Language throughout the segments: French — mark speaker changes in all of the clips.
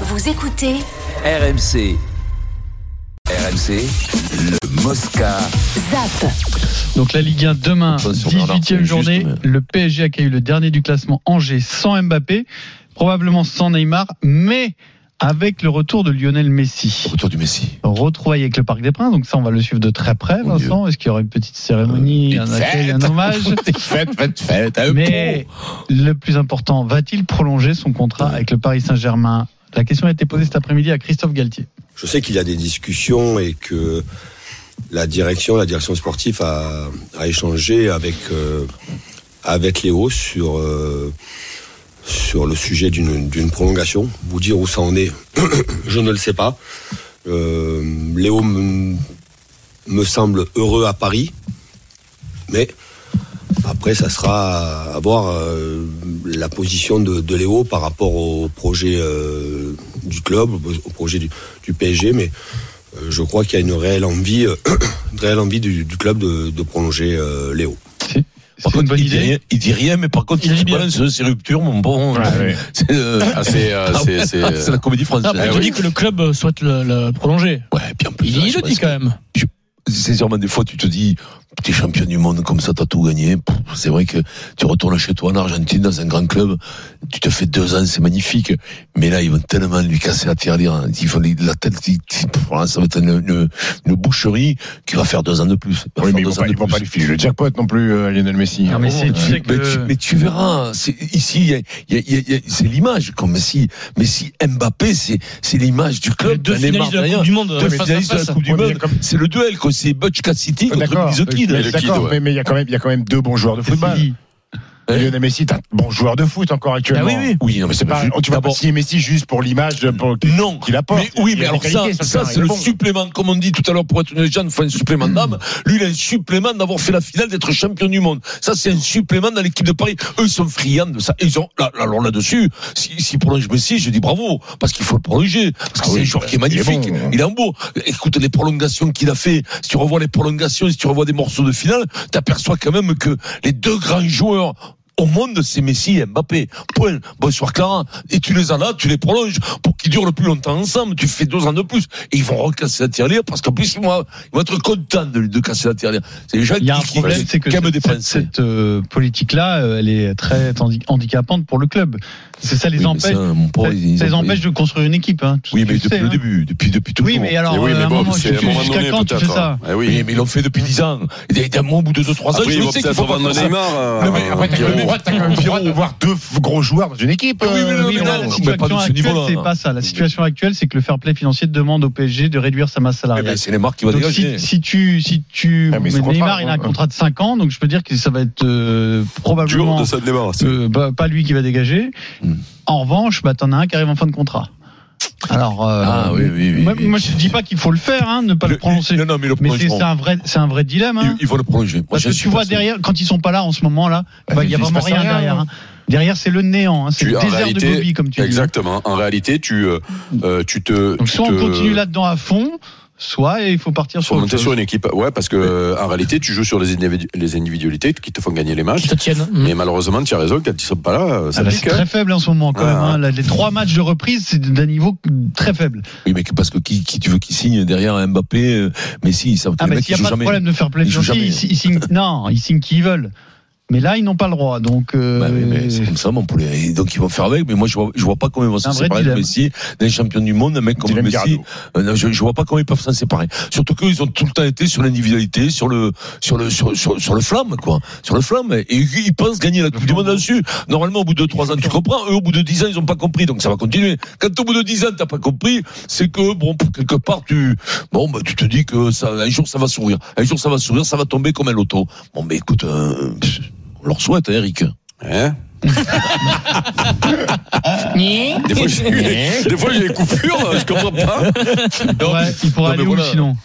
Speaker 1: Vous écoutez
Speaker 2: RMC. RMC, le Mosca.
Speaker 1: ZAP.
Speaker 3: Donc la Ligue 1 demain,
Speaker 4: Pas sur Bernard,
Speaker 3: 18e
Speaker 4: c'est
Speaker 3: journée.
Speaker 4: juste,
Speaker 3: Le PSG accueille le dernier du classement Angers sans Mbappé, probablement sans Neymar, mais avec le retour de Lionel Messi.
Speaker 4: Retour du Messi.
Speaker 3: Retrouvaille avec le Parc des Princes, donc ça on va le suivre de très près.
Speaker 4: Mon
Speaker 3: Vincent, est-ce qu'il y aura une petite cérémonie,
Speaker 4: Euh,
Speaker 3: un
Speaker 4: petite
Speaker 3: accueil, un
Speaker 4: fête.
Speaker 3: hommage
Speaker 4: Faites, faites, faites.
Speaker 3: Mais le plus important, va-t-il prolonger son contrat
Speaker 4: Ouais.
Speaker 3: avec le Paris Saint-Germain La question a été posée cet après-midi à Christophe Galtier.
Speaker 5: Je sais qu'il y a des discussions et que la direction, la direction sportive a, a échangé avec, euh, avec Léo sur, euh, sur le sujet d'une d'une prolongation. Vous dire où ça en est, je ne le sais pas. Euh, Léo me, me semble heureux à Paris, mais après, ça sera à voir euh, la position de, de Léo par rapport au projet euh, du club, au projet du, du PSG, mais euh, je crois qu'il y a une réelle envie, euh, une réelle envie du, du club de, de prolonger euh, Léo.
Speaker 3: C'est une bonne
Speaker 4: il, dit
Speaker 3: idée.
Speaker 4: rien, il dit rien, mais par contre,
Speaker 3: Il
Speaker 4: il,
Speaker 3: dit
Speaker 4: dit
Speaker 3: bien.
Speaker 4: balance ses ruptures, mon bon. C'est euh,
Speaker 6: Ah, c'est, euh,
Speaker 4: ah,
Speaker 6: c'est- c'est-
Speaker 4: c'est la comédie française.
Speaker 7: Non, mais
Speaker 4: Ah
Speaker 7: tu
Speaker 4: oui.
Speaker 7: dis que le club souhaite le, le prolonger.
Speaker 4: Ouais, puis en plus,
Speaker 7: Il,
Speaker 4: là,
Speaker 7: il
Speaker 4: je
Speaker 7: le
Speaker 4: pense
Speaker 7: dit
Speaker 4: que
Speaker 7: quand même.
Speaker 4: C'est sûrement des fois, tu te dis, t'es champion du monde, comme ça, t'as tout gagné. Pouf, C'est vrai que tu retournes chez toi en Argentine, dans un grand club, tu te fais deux ans, c'est magnifique. Mais là, ils vont tellement lui casser la tirelire, ils vont lui- la tête, ils- ils- voilà, ça va être une, une- une boucherie qui va faire deux ans de plus. Il va faire
Speaker 8: Oui, mais ils
Speaker 4: deux
Speaker 8: vont
Speaker 4: ans
Speaker 8: pas,
Speaker 4: de
Speaker 8: ils vont
Speaker 4: plus.
Speaker 8: pas lui filer le jackpot non plus, euh, Lionel Messi.
Speaker 3: Non, mais
Speaker 8: Bon,
Speaker 3: c'est- tu sais
Speaker 4: Mais
Speaker 3: que-
Speaker 4: tu, mais tu verras, c'est- ici, il y a- il y a- il y a- il y a- c'est l'image comme Messi. Messi, Mbappé, c'est c'est l'image du
Speaker 7: Les
Speaker 4: club.
Speaker 7: deux
Speaker 4: T'as Neymar
Speaker 7: finalistes de la
Speaker 4: derrière,
Speaker 7: Coupe du Monde.
Speaker 4: deux
Speaker 7: face à
Speaker 4: finalistes de la
Speaker 7: face.
Speaker 4: Coupe du
Speaker 8: Ouais, mais
Speaker 4: Monde.
Speaker 8: comme-
Speaker 4: C'est le duel, quoi. C'est Butch City contre
Speaker 8: D'accord,
Speaker 4: Miss Kid.
Speaker 8: mais
Speaker 6: le Kid,
Speaker 8: d'accord,
Speaker 6: ouais.
Speaker 8: mais mais il y a quand même, il y a quand même deux bons joueurs de football.
Speaker 3: dit.
Speaker 4: Hein
Speaker 8: Lionel Messi est un bon joueur de foot encore actuellement.
Speaker 4: Oui, non, mais c'est
Speaker 8: C'est
Speaker 4: pas.
Speaker 8: pas, oh,
Speaker 4: ju-
Speaker 8: tu vas pas
Speaker 4: d'abord-
Speaker 8: signer Messi juste pour l'image, de- pour
Speaker 4: Non.
Speaker 8: qu'il apporte.
Speaker 4: Mais oui,
Speaker 8: Il
Speaker 4: mais
Speaker 8: a
Speaker 4: alors
Speaker 8: des
Speaker 4: ça,
Speaker 8: qualités sur le
Speaker 4: ça
Speaker 8: terrain,
Speaker 4: c'est
Speaker 8: il est
Speaker 4: le
Speaker 8: bon.
Speaker 4: supplément, comme on dit tout à l'heure, pour être une légende, il faut un supplément
Speaker 8: Hmm.
Speaker 4: d'âme. Lui, il a un supplément d'avoir fait la finale, d'être champion du monde. Ça, c'est un supplément dans l'équipe de Paris. Eux, ils sont friands de ça. Ils ont, là, là, alors là-dessus, si, si prolonge Messi, je dis bravo, parce qu'il faut le prolonger, parce que
Speaker 8: Ah
Speaker 4: c'est
Speaker 8: oui,
Speaker 4: un joueur qui est
Speaker 8: il est
Speaker 4: magnifique. Il est,
Speaker 8: bon, hein.
Speaker 4: en beau. Écoute, les prolongations qu'il a fait, si tu revois les prolongations, si tu revois des morceaux de finale, t'aperçois quand même que les deux grands joueurs au monde, c'est Messi et Mbappé. Point. Bonsoir Clara. Et tu les as là, tu les prolonges pour qu'ils durent le plus longtemps ensemble. Tu fais deux ans de plus. Et ils vont recasser la tirelire parce qu'en plus, ils vont, ils vont être contents de, de casser la tirelire. C'est les gens
Speaker 3: Il y a un
Speaker 4: qui, qui-
Speaker 3: problème,
Speaker 4: qui
Speaker 3: c'est que
Speaker 4: aiment
Speaker 3: cette, cette-
Speaker 4: dépenser.
Speaker 3: cette, euh, politique-là, euh, elle est très handi- handicapante pour le club. Parce que ça les
Speaker 4: Oui, mais
Speaker 3: empêche,
Speaker 4: ça, mon pauvre,
Speaker 3: ça,
Speaker 4: ils-
Speaker 3: ça les
Speaker 4: ils-
Speaker 3: empêche de construire une équipe. hein. Tu-
Speaker 4: Oui,
Speaker 3: tu
Speaker 4: mais
Speaker 3: le
Speaker 4: depuis
Speaker 3: sais,
Speaker 4: le
Speaker 3: hein.
Speaker 4: début, depuis, depuis toujours.
Speaker 3: Oui, mais alors,
Speaker 6: Eh oui,
Speaker 3: euh, à
Speaker 6: mais
Speaker 3: un
Speaker 6: bon,
Speaker 3: moment,
Speaker 6: c'est à un
Speaker 3: jusqu'à
Speaker 6: moment donné,
Speaker 3: quand tu fais
Speaker 6: peut-être.
Speaker 3: ça
Speaker 6: hein. Eh
Speaker 4: Oui,
Speaker 6: oui.
Speaker 4: mais ils l'ont fait depuis 10 ans. Et évidemment, au bout de 2-3 ans,
Speaker 6: Après,
Speaker 4: je
Speaker 6: ils vont
Speaker 4: sais qu'il
Speaker 6: peut-être
Speaker 4: faut pas
Speaker 6: revendre
Speaker 4: faire ça.
Speaker 6: Neymar. euh,
Speaker 4: Non, mais
Speaker 8: Après, t'as quand
Speaker 6: Pierrot.
Speaker 8: même le droit, t'as quand même le droit d'avoir deux gros joueurs dans une équipe.
Speaker 4: Oui, mais
Speaker 8: euh,
Speaker 4: non,
Speaker 3: Oui,
Speaker 4: mais
Speaker 3: mais là, la
Speaker 4: mais
Speaker 3: situation
Speaker 4: pas de ce
Speaker 3: actuelle,
Speaker 4: niveau-là. hein.
Speaker 3: c'est pas ça. La situation actuelle, c'est que le fair play financier demande au PSG de réduire sa masse
Speaker 4: Eh
Speaker 3: salariale.
Speaker 4: ben, C'est les marques qui vont
Speaker 3: Donc
Speaker 4: dégager.
Speaker 3: si, si tu si tu
Speaker 8: Ah, mais ce
Speaker 3: mais
Speaker 8: contrat,
Speaker 3: Neymar il a un
Speaker 8: hein.
Speaker 3: contrat de 5 ans donc je peux dire que ça va être euh,
Speaker 6: Dur
Speaker 3: probablement
Speaker 6: de se débarrasser.
Speaker 3: euh, bah, pas lui qui va dégager
Speaker 4: Hmm.
Speaker 3: en revanche bah t'en as un qui arrive en fin de contrat alors euh,
Speaker 4: Ah, oui, oui, oui,
Speaker 3: moi,
Speaker 4: oui.
Speaker 3: moi, je dis pas qu'il faut le faire hein, ne pas le, prononcer
Speaker 4: Non, non, mais le
Speaker 3: mais c'est c'est
Speaker 4: prolongement.
Speaker 3: un vrai c'est un vrai dilemme hein.
Speaker 4: Ils- Ils vont le prolonger. Moi,
Speaker 3: parce
Speaker 4: je
Speaker 3: que
Speaker 4: suis
Speaker 3: tu vois
Speaker 4: persuadé.
Speaker 3: derrière quand ils sont pas là en ce moment là bah, il y a
Speaker 8: il se
Speaker 3: vraiment
Speaker 8: passe
Speaker 3: rien,
Speaker 8: rien,
Speaker 3: derrière
Speaker 8: hein.
Speaker 3: hein. derrière c'est le néant hein, c'est
Speaker 6: Tu-
Speaker 3: le
Speaker 6: en
Speaker 3: désert
Speaker 6: réalité,
Speaker 3: de Bobby comme tu dis
Speaker 6: Exactement. En réalité, tu, euh, euh, tu te.
Speaker 3: donc
Speaker 6: tu
Speaker 3: soit on
Speaker 6: te-
Speaker 3: continue là dedans à fond soit il faut partir
Speaker 6: Faut
Speaker 3: sur autre
Speaker 6: monter
Speaker 3: chose.
Speaker 6: sur une équipe. Ouais, parce que euh, en réalité, tu joues sur les, individu- les individualités qui te font gagner les matchs.
Speaker 7: Qui te tiennent. Mm.
Speaker 6: Mais malheureusement, tu as raison, quand ils sont pas là, euh, ça
Speaker 3: Ah bah,
Speaker 6: pique.
Speaker 3: c'est
Speaker 6: hein.
Speaker 3: très faible en ce moment quand
Speaker 6: Ah,
Speaker 3: même. hein.
Speaker 6: ouais.
Speaker 3: Là, Les trois matchs de reprise, c'est d'un niveau très faible.
Speaker 4: Oui, mais que- parce que qui, qui tu veux qui signe derrière Mbappé, euh, Messi, ça
Speaker 3: Ah
Speaker 4: les
Speaker 3: mais
Speaker 4: mecs,
Speaker 3: s'il
Speaker 4: ils
Speaker 3: n'y a pas
Speaker 4: jouent
Speaker 3: de
Speaker 4: jamais.
Speaker 3: problème de faire play
Speaker 4: Ils jouent
Speaker 3: financier, ils,
Speaker 4: jamais.
Speaker 3: si- ils signent. Non, ils signent qui ils veulent. Mais là, ils n'ont pas le droit. Donc, euh,
Speaker 4: Ouais, Bah mais- mais c'est comme ça, mon poulet. Et donc ils vont faire avec, mais moi je vois, je vois pas comment ils vont
Speaker 3: un
Speaker 4: s'en
Speaker 3: vrai
Speaker 4: séparer de
Speaker 3: dilemme.
Speaker 4: Messi, d'un champion du monde, un mec comme
Speaker 8: Dylan
Speaker 4: Messi.
Speaker 8: Garrido.
Speaker 4: Euh, non, je, je vois pas comment ils peuvent s'en séparer. Surtout qu'ils ont tout le temps été sur l'individualité, sur le, sur le, sur, sur, sur le flamme, quoi, sur le flamme. Et ils pensent gagner la Coupe du Monde là-dessus. Normalement, au bout de trois ans, tu comprends. Eux, au bout de dix ans, ils ont pas compris, donc ça va continuer. Quand au bout de dix ans, t'as pas compris, c'est que bon, pour quelque part, tu, bon, bah, tu te dis que ça, un jour, ça va sourire, un jour, ça va sourire, ça va tomber comme un loto. Bon, mais écoute, euh, pff, on leur souhaite, hein, Eric.
Speaker 6: Hein des fois, j'ai des fois, j'ai des coupures, hein, je comprends pas.
Speaker 3: ouais, il pourrait
Speaker 4: Non, mais
Speaker 3: aller où
Speaker 4: voilà.
Speaker 3: sinon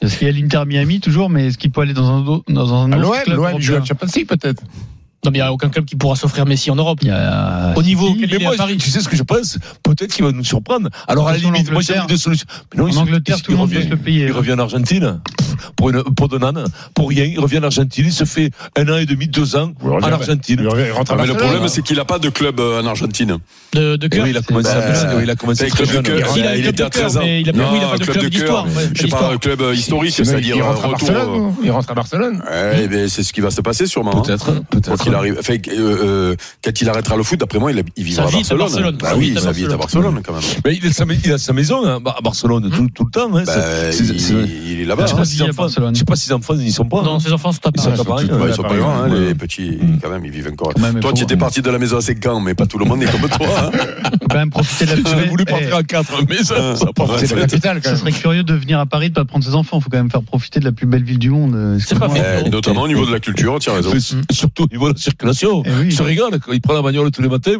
Speaker 3: Parce qu'il y a l'Inter Miami toujours, mais est-ce qu'il peut aller dans un, autre- dans un
Speaker 8: à
Speaker 3: autre
Speaker 8: L'OM,
Speaker 3: club
Speaker 8: l'OM joue à
Speaker 3: européen
Speaker 8: la Champions League peut-être.
Speaker 7: Non, mais il n'y a aucun club qui pourra s'offrir Messi en Europe.
Speaker 3: Il y a-
Speaker 7: Au niveau auquel
Speaker 4: Ah, Mais
Speaker 7: il est à
Speaker 4: moi,
Speaker 7: Paris.
Speaker 4: tu sais ce que je pense Peut-être qu'il va nous surprendre. Alors, à la
Speaker 3: Attention,
Speaker 4: limite, moi, j'ai
Speaker 3: l'Angleterre.
Speaker 4: envie de solutions. Mais non,
Speaker 3: En
Speaker 4: il se-
Speaker 3: Angleterre,
Speaker 4: il
Speaker 3: tout le monde peut
Speaker 4: revient-
Speaker 3: se le payer.
Speaker 4: Il revient en Argentine pour, une, pour de nan, pour rien. Il revient en Argentine, il se fait un an et demi, deux ans
Speaker 8: Il
Speaker 4: en
Speaker 8: revient-
Speaker 4: Argentine.
Speaker 8: Il rentre à
Speaker 6: Ah, mais le
Speaker 8: Barcelone.
Speaker 6: problème, c'est qu'il n'a pas de club euh, en Argentine.
Speaker 7: De, de
Speaker 4: Et
Speaker 7: cœur.
Speaker 4: oui, il a commencé,
Speaker 6: Bah,
Speaker 4: à, oui, il a commencé
Speaker 6: c'est
Speaker 4: très
Speaker 6: club de
Speaker 4: jeune. hein.
Speaker 6: cœur.
Speaker 7: Il a
Speaker 6: il
Speaker 7: eu
Speaker 6: était
Speaker 7: le
Speaker 6: à 13
Speaker 7: cœur,
Speaker 6: ans.
Speaker 7: mais il a- oui, il a pas de club d'histoire, ouais, pas
Speaker 6: Je
Speaker 7: d'histoire.
Speaker 6: parle un club euh, historique,
Speaker 8: Il- il
Speaker 6: c'est-à-dire un
Speaker 8: rentre à
Speaker 6: retour.
Speaker 8: Barcelone,
Speaker 6: euh,
Speaker 8: non Il rentre à Barcelone.
Speaker 6: ouais, ben, c'est ce qui va se passer sûrement. hein.
Speaker 4: Peut-être,
Speaker 6: Quand
Speaker 4: peut-être.
Speaker 6: il arrive, enfin, euh, euh, quand il arrêtera le foot, d'après moi, il, a- il vivra
Speaker 7: Sa
Speaker 6: à
Speaker 7: vie est à
Speaker 6: Barcelone.
Speaker 7: Barcelone.
Speaker 6: Bah
Speaker 7: Sa vie
Speaker 6: oui,
Speaker 7: est à
Speaker 6: sa vie est à
Speaker 7: Barcelone.
Speaker 6: Barcelone quand même.
Speaker 4: Mais il a sa, il a sa maison hein, à Barcelone tout, tout le temps. Hein,
Speaker 6: Bah,
Speaker 4: C'est- c'est- c'est-
Speaker 6: il, il est là-bas.
Speaker 4: je sais
Speaker 6: hein.
Speaker 4: pas si
Speaker 3: Vas-y, à
Speaker 4: enfants-
Speaker 3: Barcelone.
Speaker 4: je sais pas si les enfants n'y sont pas.
Speaker 7: Non,
Speaker 4: hein.
Speaker 7: ses enfants, c'est à
Speaker 4: Ils
Speaker 7: Paris.
Speaker 4: sont à Paris.
Speaker 6: Ouais,
Speaker 4: hein.
Speaker 6: ils sont pas grands, hein, les petits,
Speaker 4: Mm.
Speaker 6: quand même, ils vivent encore.
Speaker 3: Quand même, il
Speaker 6: toi,
Speaker 3: faut-
Speaker 6: tu étais parti de la maison à 5 ans, mais pas tout le monde est comme toi. hein.
Speaker 3: faut quand même profiter de la
Speaker 4: J'aurais
Speaker 3: période.
Speaker 4: voulu
Speaker 3: Eh,
Speaker 4: partir à 4, mais ça ça a pas
Speaker 6: Ah, Ouais,
Speaker 4: fait.
Speaker 8: C'est la capitale, quand
Speaker 3: Ce
Speaker 8: même.
Speaker 3: serait curieux de venir à Paris, de pas prendre ses enfants. Faut quand même faire profiter de la plus belle ville du monde. euh,
Speaker 7: C'est pas
Speaker 3: excuse-moi.
Speaker 7: fait.
Speaker 6: Eh, Notamment au niveau de la culture, tu as raison.
Speaker 4: Mais s- Surtout au niveau de la circulation.
Speaker 3: Eh oui.
Speaker 4: Il se régale quand il prend la bagnole tous les matins.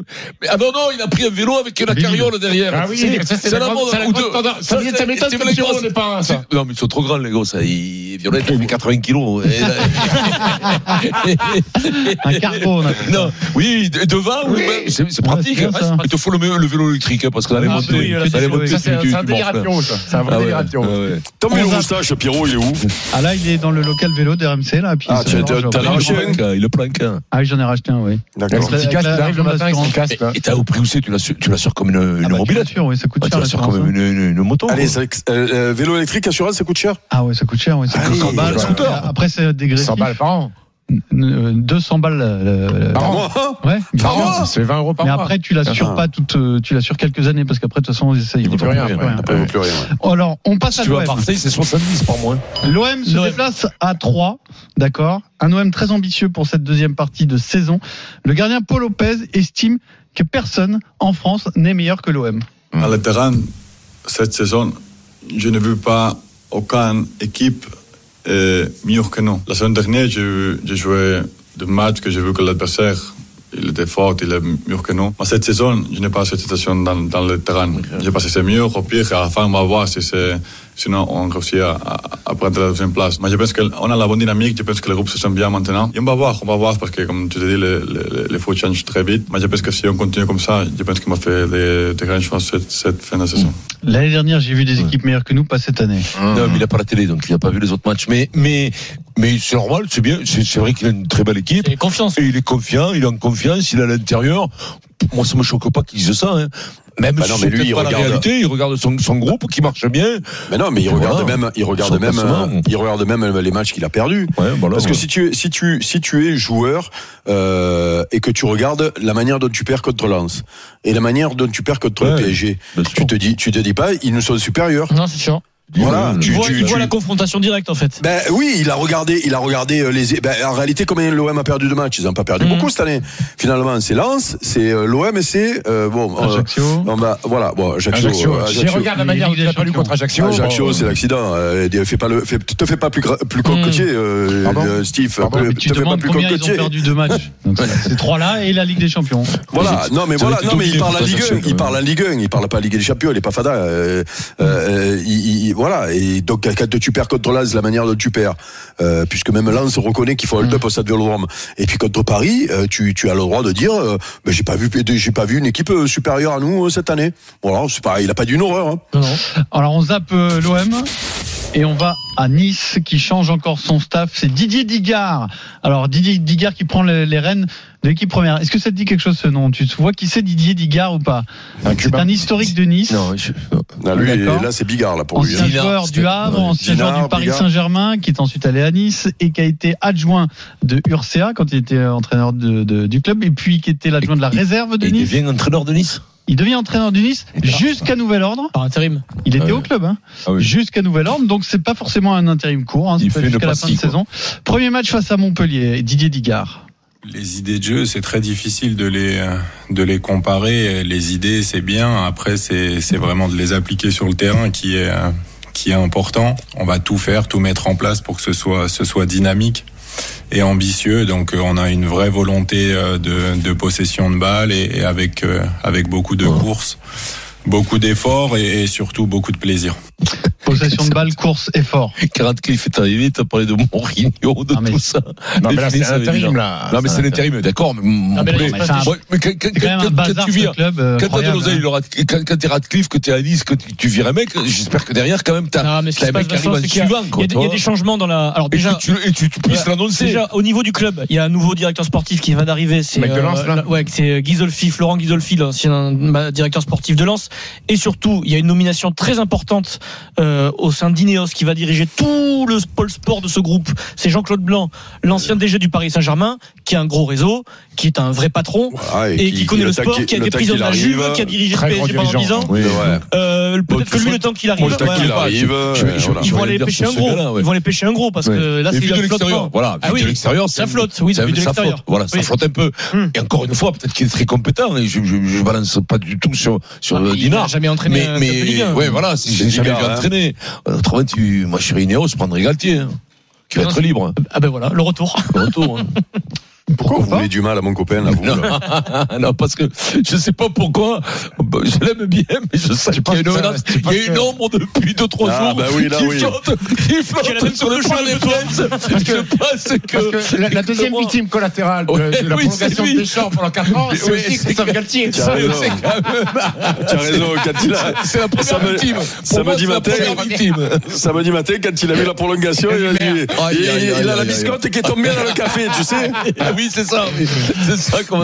Speaker 4: Mais, ah non, non, il a pris un vélo avec la
Speaker 3: Vide.
Speaker 4: carriole derrière.
Speaker 8: Ah oui, ça, c'est la grande-
Speaker 4: mode,
Speaker 8: c'est la
Speaker 4: ou
Speaker 8: grande
Speaker 4: deux.
Speaker 8: tendance.
Speaker 4: Ça,
Speaker 8: Ça, ça m'étonne
Speaker 4: c'est
Speaker 8: que
Speaker 4: les
Speaker 8: Giro
Speaker 4: grosses-
Speaker 8: n'ait pas un, ça.
Speaker 4: c'est- Non, mais ils sont trop grands, les gosses. hein. Ils, Violette, elle fait 80 kilos. Et là-
Speaker 3: Un cargo, on appelle ça.
Speaker 4: non, oui, de- devant, oui, bah, c'est c'est pratique.
Speaker 3: c'est bien, ça.
Speaker 4: Il te faut le, mé- le vélo électrique, hein, parce que dans les
Speaker 3: Ah,
Speaker 4: montées,
Speaker 3: oui,
Speaker 4: dans
Speaker 3: là,
Speaker 4: les
Speaker 3: c'est-
Speaker 4: montées,
Speaker 8: Ça,
Speaker 4: tu-
Speaker 8: c'est un-
Speaker 4: tu-
Speaker 8: c'est un
Speaker 4: tu
Speaker 8: délire à
Speaker 4: morfles.
Speaker 8: Pierrot, ça. C'est un vrai
Speaker 4: Ah ouais,
Speaker 8: délire à Pierrot.
Speaker 4: ah ouais.
Speaker 6: T'as mis le
Speaker 3: Onze ans.
Speaker 6: moustache, Pierrot, il est où
Speaker 3: Ah là, il est dans le local vélo d'RMC, là. Puis
Speaker 6: Ah,
Speaker 3: il se
Speaker 6: tu-
Speaker 3: range,
Speaker 6: t'as-
Speaker 3: là.
Speaker 6: t'as
Speaker 4: Il
Speaker 6: la
Speaker 4: le
Speaker 6: Rochelle.
Speaker 4: planque, hein, Il le planque. hein.
Speaker 3: Ah, j'en ai racheté un, oui.
Speaker 6: D'accord.
Speaker 8: Il se casse, il arrive le matin, il se casse, là.
Speaker 4: Et t'as au prix où c'est, tu la su- tu la sors comme une
Speaker 3: Ah
Speaker 4: une
Speaker 3: bah, tu
Speaker 4: mobilette.
Speaker 3: l'assures, oui, ça coûte
Speaker 4: Ah, Tu
Speaker 3: cher.
Speaker 4: la sors
Speaker 3: l'assurance,
Speaker 4: comme
Speaker 3: hein.
Speaker 4: une une- une moto.
Speaker 6: Allez,
Speaker 4: quoi.
Speaker 6: ça- euh, euh, vélo électrique, assurance, ça coûte cher
Speaker 3: Ah ouais, ça coûte cher, oui, c'est
Speaker 6: Allez,
Speaker 3: 200 balles.
Speaker 6: le
Speaker 8: scooter.
Speaker 3: Après, c'est dégressif.
Speaker 8: 100 balles par an.
Speaker 3: Euh, 200 balles. euh, le-
Speaker 8: Par
Speaker 6: Par
Speaker 8: an.
Speaker 6: mois hein
Speaker 3: Ouais.
Speaker 6: Par mois
Speaker 8: C'est 20 euros par
Speaker 3: Mais
Speaker 8: mois.
Speaker 3: après, tu l'assures
Speaker 6: Attends.
Speaker 3: pas toute, euh, tu l'assures quelques années parce qu'après, de toute façon, ça, il
Speaker 8: vaut
Speaker 3: vaut
Speaker 8: plus rien,
Speaker 3: plus
Speaker 8: ouais.
Speaker 3: rien.
Speaker 6: Après, il vaut plus rien. ouais. Euh,
Speaker 3: Oh, Alors, on passe à
Speaker 4: Tu vas à
Speaker 3: l'OM.
Speaker 4: Marseille, c'est 70 par mois.
Speaker 3: L'OM se déplace à 3, d'accord Un OM très ambitieux pour cette deuxième partie de saison. Le gardien Paul Lopez estime que personne en France n'est meilleur que l'OM.
Speaker 1: À le terrain, cette saison, je ne veux pas aucune équipe euh, meilleure que nous. La semaine dernière, j'ai j'ai joué deux matchs que j'ai vu que l'adversaire, il était fort, il est meilleur que nous. Mais cette saison, je n'ai pas cette sensation dans, dans le terrain. Je pense que c'est meilleur, au pire, à la fin, on va voir si c'est... Sinon, on réussit à, à, à prendre la deuxième place. Mais je pense qu'on a la bonne dynamique, je pense que le groupe se sent bien maintenant. Et on va voir, on va voir, parce que comme tu te dis, le, le, le foot change très vite. Mais je pense que si on continue comme ça, je pense qu'on va faire des, des grandes choses cette, cette fin de saison.
Speaker 3: L'année dernière, j'ai vu des équipes meilleures que nous, pas cette année.
Speaker 4: Non, mais il n'a pas la télé, donc il n'a pas vu les autres matchs. Mais, mais, mais c'est normal, c'est bien. C'est c'est vrai qu'il a une très belle équipe.
Speaker 7: Et confiance.
Speaker 4: Et il est confiant, il est en confiance, il est à l'intérieur. Moi, ça me choque pas qu'il dise ça. hein. Même
Speaker 6: Bah
Speaker 4: si
Speaker 6: non,
Speaker 4: c'est
Speaker 6: mais lui,
Speaker 4: peut-être
Speaker 6: il
Speaker 4: pas la
Speaker 6: regarde.
Speaker 4: réalité, il regarde son, son groupe qui marche bien.
Speaker 6: Mais non, mais il
Speaker 4: Puis
Speaker 6: regarde
Speaker 4: voilà.
Speaker 6: même, il regarde
Speaker 4: Son
Speaker 6: même,
Speaker 4: classement.
Speaker 6: euh, il regarde même les matchs qu'il a perdus.
Speaker 4: Ouais, voilà,
Speaker 6: Parce que
Speaker 4: ouais.
Speaker 6: si tu es, si tu, si tu es joueur euh, et que tu regardes la manière dont tu perds contre Lens et la manière dont tu perds contre le
Speaker 4: Ouais,
Speaker 6: PSG,
Speaker 4: bien sûr.
Speaker 6: tu te dis, tu te dis pas, ils nous sont supérieurs.
Speaker 7: Non, c'est sûr.
Speaker 6: Voilà.
Speaker 4: Ouais,
Speaker 7: Tu
Speaker 6: Tu-
Speaker 7: vois,
Speaker 6: tu-
Speaker 7: il voit
Speaker 6: tu-
Speaker 7: la confrontation directe, en fait.
Speaker 6: Ben oui, il a regardé, il a regardé euh, les. Ben, en réalité, combien l'OM a perdu de matchs Ils n'ont pas perdu
Speaker 7: Mhm.
Speaker 6: beaucoup cette année. Finalement, c'est Lens, c'est euh, l'OM et c'est euh, bon. euh,
Speaker 3: Ajaccio.
Speaker 6: on va- voilà, bon, Ajaccio.
Speaker 8: Ajaccio.
Speaker 6: euh,
Speaker 8: Si regarde la manière dont il a perdu contre Ajaccio.
Speaker 6: Ajaccio,
Speaker 8: bon,
Speaker 6: c'est l'accident. Euh, fais pas le, fais, te fais pas plus, gra- plus con
Speaker 7: Hmm.
Speaker 6: que tu es, euh,
Speaker 8: Pardon
Speaker 6: euh, Steve.
Speaker 8: Pardon,
Speaker 6: Te-
Speaker 3: Mais tu
Speaker 6: te fais pas
Speaker 3: demandes
Speaker 6: plus con
Speaker 3: combien
Speaker 6: que
Speaker 3: ils
Speaker 6: tu
Speaker 3: ont
Speaker 6: es.
Speaker 3: perdu deux matchs. Donc, ces trois-là et la Ligue des Champions.
Speaker 6: Voilà, non mais
Speaker 4: Ça
Speaker 6: voilà,
Speaker 4: aurait été
Speaker 6: non mais il
Speaker 4: dominé
Speaker 6: parle
Speaker 4: contre
Speaker 6: à Ligue
Speaker 4: Ajaccio,
Speaker 6: 1,
Speaker 4: quand
Speaker 6: il
Speaker 4: même.
Speaker 6: parle à Ligue 1, il parle pas à Ligue des Champions, il est pas fada. Euh, euh, il- il- voilà, et donc quand tu perds contre Lens, la manière dont tu perds, euh, puisque même Lens reconnaît qu'il faut
Speaker 4: Hmm.
Speaker 6: hold-up au Stade Vélodrome. Et puis contre Paris, euh, tu, tu as le droit de dire, euh, mais j'ai pas vu, j'ai pas vu une équipe euh, supérieure à nous euh, cette année. Voilà, c'est pareil, il a pas d'une horreur. hein.
Speaker 7: Non, non.
Speaker 3: Alors, on zappe euh, l'OM et on va à Nice qui change encore son staff. C'est Didier Digard. Alors, Didier Digard qui prend les, les rênes de l'équipe première. Est-ce que ça te dit quelque chose ce nom Tu te vois qui c'est Didier Digard ou pas
Speaker 8: Un
Speaker 3: C'est
Speaker 8: Cubain.
Speaker 3: un historique de Nice.
Speaker 4: Non, je-
Speaker 6: Là, lui,
Speaker 3: D'accord.
Speaker 6: là c'est Bigard là pour lui.
Speaker 3: Ancien
Speaker 6: hein.
Speaker 4: Dinard,
Speaker 3: joueur du
Speaker 4: c'était-
Speaker 3: Havre,
Speaker 4: ouais.
Speaker 3: ancien
Speaker 6: Dinard,
Speaker 3: joueur du Paris
Speaker 6: Bigard.
Speaker 3: Saint-Germain, qui est ensuite allé à Nice et qui a été adjoint de Urcea quand il était entraîneur de- de- du club, et puis qui était l'adjoint de la
Speaker 4: Il-
Speaker 3: réserve de
Speaker 4: il
Speaker 3: Nice.
Speaker 4: devient entraîneur de Nice.
Speaker 3: Il devient entraîneur de Nice jusqu'à nouvel ordre.
Speaker 7: Par intérim.
Speaker 3: Il était
Speaker 4: Ouais.
Speaker 3: au club, hein.
Speaker 4: Ah oui.
Speaker 3: jusqu'à nouvel ordre. Donc c'est pas forcément un intérim court, hein.
Speaker 4: Il
Speaker 3: c'est
Speaker 4: fait
Speaker 3: jusqu'à
Speaker 4: le
Speaker 3: la fin de
Speaker 4: passif, quoi.
Speaker 3: saison. Premier match face à Montpellier, Didier Digard.
Speaker 1: Les idées de jeu, c'est très difficile de les euh, de les comparer. Les idées, c'est bien. Après, c'est c'est vraiment de les appliquer sur le terrain qui est euh, qui est important. On va tout faire, tout mettre en place pour que ce soit ce soit dynamique et ambitieux. Donc, euh, on a une vraie volonté euh, de, de possession de balle et, et avec
Speaker 6: hein.
Speaker 1: euh, avec beaucoup de courses, beaucoup d'efforts et, et surtout beaucoup de plaisir.
Speaker 3: Possession de balle, course, effort.
Speaker 4: Karatkli fait arriver, t'as parlé de Mourinho, de
Speaker 3: Non, mais-
Speaker 4: tout ça.
Speaker 8: Non, mais
Speaker 4: Les
Speaker 8: là,
Speaker 4: filets,
Speaker 8: c'est
Speaker 4: ça
Speaker 8: un
Speaker 4: veut
Speaker 8: intérim,
Speaker 4: dire-
Speaker 8: là.
Speaker 4: Non, mais c'est
Speaker 8: l'intérim.
Speaker 4: l'intérim, d'accord, mais. mon
Speaker 7: mais là,
Speaker 4: poulet.
Speaker 7: il se passe un-
Speaker 4: Ouais, mais quand- quand-
Speaker 3: C'est quand même
Speaker 4: quand-
Speaker 3: un
Speaker 4: quand
Speaker 3: bazar
Speaker 4: tu
Speaker 3: ce
Speaker 4: vires.
Speaker 3: club. euh,
Speaker 4: Quand t'as de
Speaker 3: incroyable,
Speaker 4: l'oseille,
Speaker 3: hein.
Speaker 4: le rat- quand quand t'es Radcliffe, que t'es à Nice, que tu tu vires un mec, j'espère que derrière, quand même, t'as
Speaker 7: Non, Ah, mais ce qui
Speaker 4: t'as
Speaker 7: se
Speaker 4: un
Speaker 7: passe,
Speaker 4: mec qui arrive
Speaker 7: Vincent,
Speaker 4: en
Speaker 7: c'est qu'il y a-
Speaker 4: suivant,
Speaker 7: il y
Speaker 4: quoi.
Speaker 7: a
Speaker 4: tu
Speaker 7: des- il y a
Speaker 4: vois.
Speaker 7: des changements dans la. Alors
Speaker 4: Et
Speaker 7: déjà,
Speaker 4: que tu- et tu tu puisses l'annoncer.
Speaker 7: Déjà, au niveau du club, il y a un nouveau directeur sportif qui vient d'arriver. C'est euh,
Speaker 8: Mec de Lens, là
Speaker 7: ouais, c'est Ghisolfi, Florent Ghisolfi, l'ancien bah, directeur sportif de Lens. Et surtout, il y a une nomination très importante euh, au sein d'Ineos qui va diriger tout le pôle sport de ce groupe. C'est Jean-Claude Blanc, l'ancien DG du Paris Saint-Germain, qui a un gros réseau, qui est un vrai patron.
Speaker 6: Ah,
Speaker 7: Et, qui, connaît le
Speaker 6: temps
Speaker 7: sport,
Speaker 6: qu'il-
Speaker 7: qui a
Speaker 6: le
Speaker 7: été
Speaker 6: temps
Speaker 7: pris dans
Speaker 6: qu'il
Speaker 7: la
Speaker 6: arrive,
Speaker 7: Juve, qui a dirigé le
Speaker 8: Très grand
Speaker 7: PSG pendant
Speaker 8: dirigeant.
Speaker 7: 10 ans.
Speaker 6: Ouais.
Speaker 7: Euh, Peut-être que lui, le temps qu'il
Speaker 6: Moi,
Speaker 7: arrive,
Speaker 6: le temps
Speaker 7: ouais,
Speaker 6: qu'il
Speaker 7: ouais.
Speaker 6: arrive,
Speaker 4: je-
Speaker 6: euh,
Speaker 4: je-
Speaker 6: voilà.
Speaker 7: ils vont
Speaker 4: Ouais,
Speaker 7: aller
Speaker 4: dire
Speaker 7: pêcher
Speaker 4: sur
Speaker 7: un
Speaker 4: ce
Speaker 7: gros.
Speaker 4: gars-là, ouais.
Speaker 7: Ils vont aller pêcher un gros parce que
Speaker 4: Ouais.
Speaker 7: là,
Speaker 4: Et
Speaker 7: c'est
Speaker 4: vu de
Speaker 7: le
Speaker 4: l'extérieur.
Speaker 7: flottement.
Speaker 4: Voilà, vu
Speaker 7: Ah oui.
Speaker 4: de l'extérieur, c'est-
Speaker 7: Ça flotte, oui,
Speaker 4: ça,
Speaker 7: vu de
Speaker 4: ça
Speaker 7: l'extérieur.
Speaker 4: flotte. Voilà, ça
Speaker 7: Oui.
Speaker 4: flotte un peu.
Speaker 7: Hmm.
Speaker 4: Et encore une fois, peut-être qu'il est très compétent. Et je, je, je balance pas du tout sur sur
Speaker 7: Ah, mais
Speaker 4: euh,
Speaker 7: il n'a
Speaker 4: Dinard.
Speaker 7: jamais entraîné
Speaker 4: Mais,
Speaker 7: un club de Ligue
Speaker 4: mais
Speaker 7: un.
Speaker 4: ouais, voilà, si
Speaker 6: C'est
Speaker 4: j'ai jamais
Speaker 6: Dinard,
Speaker 4: vu
Speaker 6: hein.
Speaker 4: entraîner. euh, Autrement, tu, moi, je suis Inéo, je prendrais Galtier, hein, qui va
Speaker 7: Non,
Speaker 4: être libre. hein,
Speaker 7: Ah ben voilà, le retour.
Speaker 4: au Retour. hein.
Speaker 6: Pourquoi vous voulez du mal à mon copain, là, vous là
Speaker 4: Ah, non, parce que je sais pas pourquoi. bah, Je l'aime bien, mais je sais qu'il y a une,
Speaker 8: que ça-
Speaker 4: menace.
Speaker 8: tu
Speaker 4: Il y
Speaker 8: penses
Speaker 4: a une
Speaker 8: que-
Speaker 4: ombre depuis deux trois
Speaker 6: Ah,
Speaker 4: jours
Speaker 6: bah oui, là,
Speaker 4: qui
Speaker 6: oui.
Speaker 4: flotte, qui flotte
Speaker 7: Qui a la même
Speaker 4: sur
Speaker 7: couleur
Speaker 4: le
Speaker 7: que
Speaker 4: champ
Speaker 7: le
Speaker 4: des
Speaker 7: toit.
Speaker 4: Flames. Je pense
Speaker 8: Parce
Speaker 4: que,
Speaker 8: que la, la deuxième
Speaker 4: Exactement.
Speaker 8: victime collatérale de,
Speaker 4: Ouais,
Speaker 8: de la
Speaker 4: oui, c'est
Speaker 8: prolongation
Speaker 4: lui.
Speaker 8: de Deschamps pendant 4 ans, c'est
Speaker 4: Oui,
Speaker 8: aussi
Speaker 4: c'est
Speaker 8: Christophe Galtier.
Speaker 6: Tiens,
Speaker 4: C'est
Speaker 6: alors.
Speaker 4: quand même-
Speaker 6: Tu as raison, quand il a.
Speaker 4: C'est la première
Speaker 6: Ça me-
Speaker 4: victime. Pour
Speaker 6: ça
Speaker 4: moi,
Speaker 6: me dit
Speaker 4: c'est la
Speaker 6: matin.
Speaker 4: première victime.
Speaker 6: Samedi matin, quand il a vu la prolongation, il a dit.
Speaker 4: Aïe, aïe,
Speaker 6: Il
Speaker 4: aïe,
Speaker 6: il a
Speaker 4: aïe,
Speaker 6: la
Speaker 4: aïe.
Speaker 6: biscotte qui est tombée dans le café, tu sais
Speaker 4: Ah oui, c'est ça. oui. C'est ça qu'on va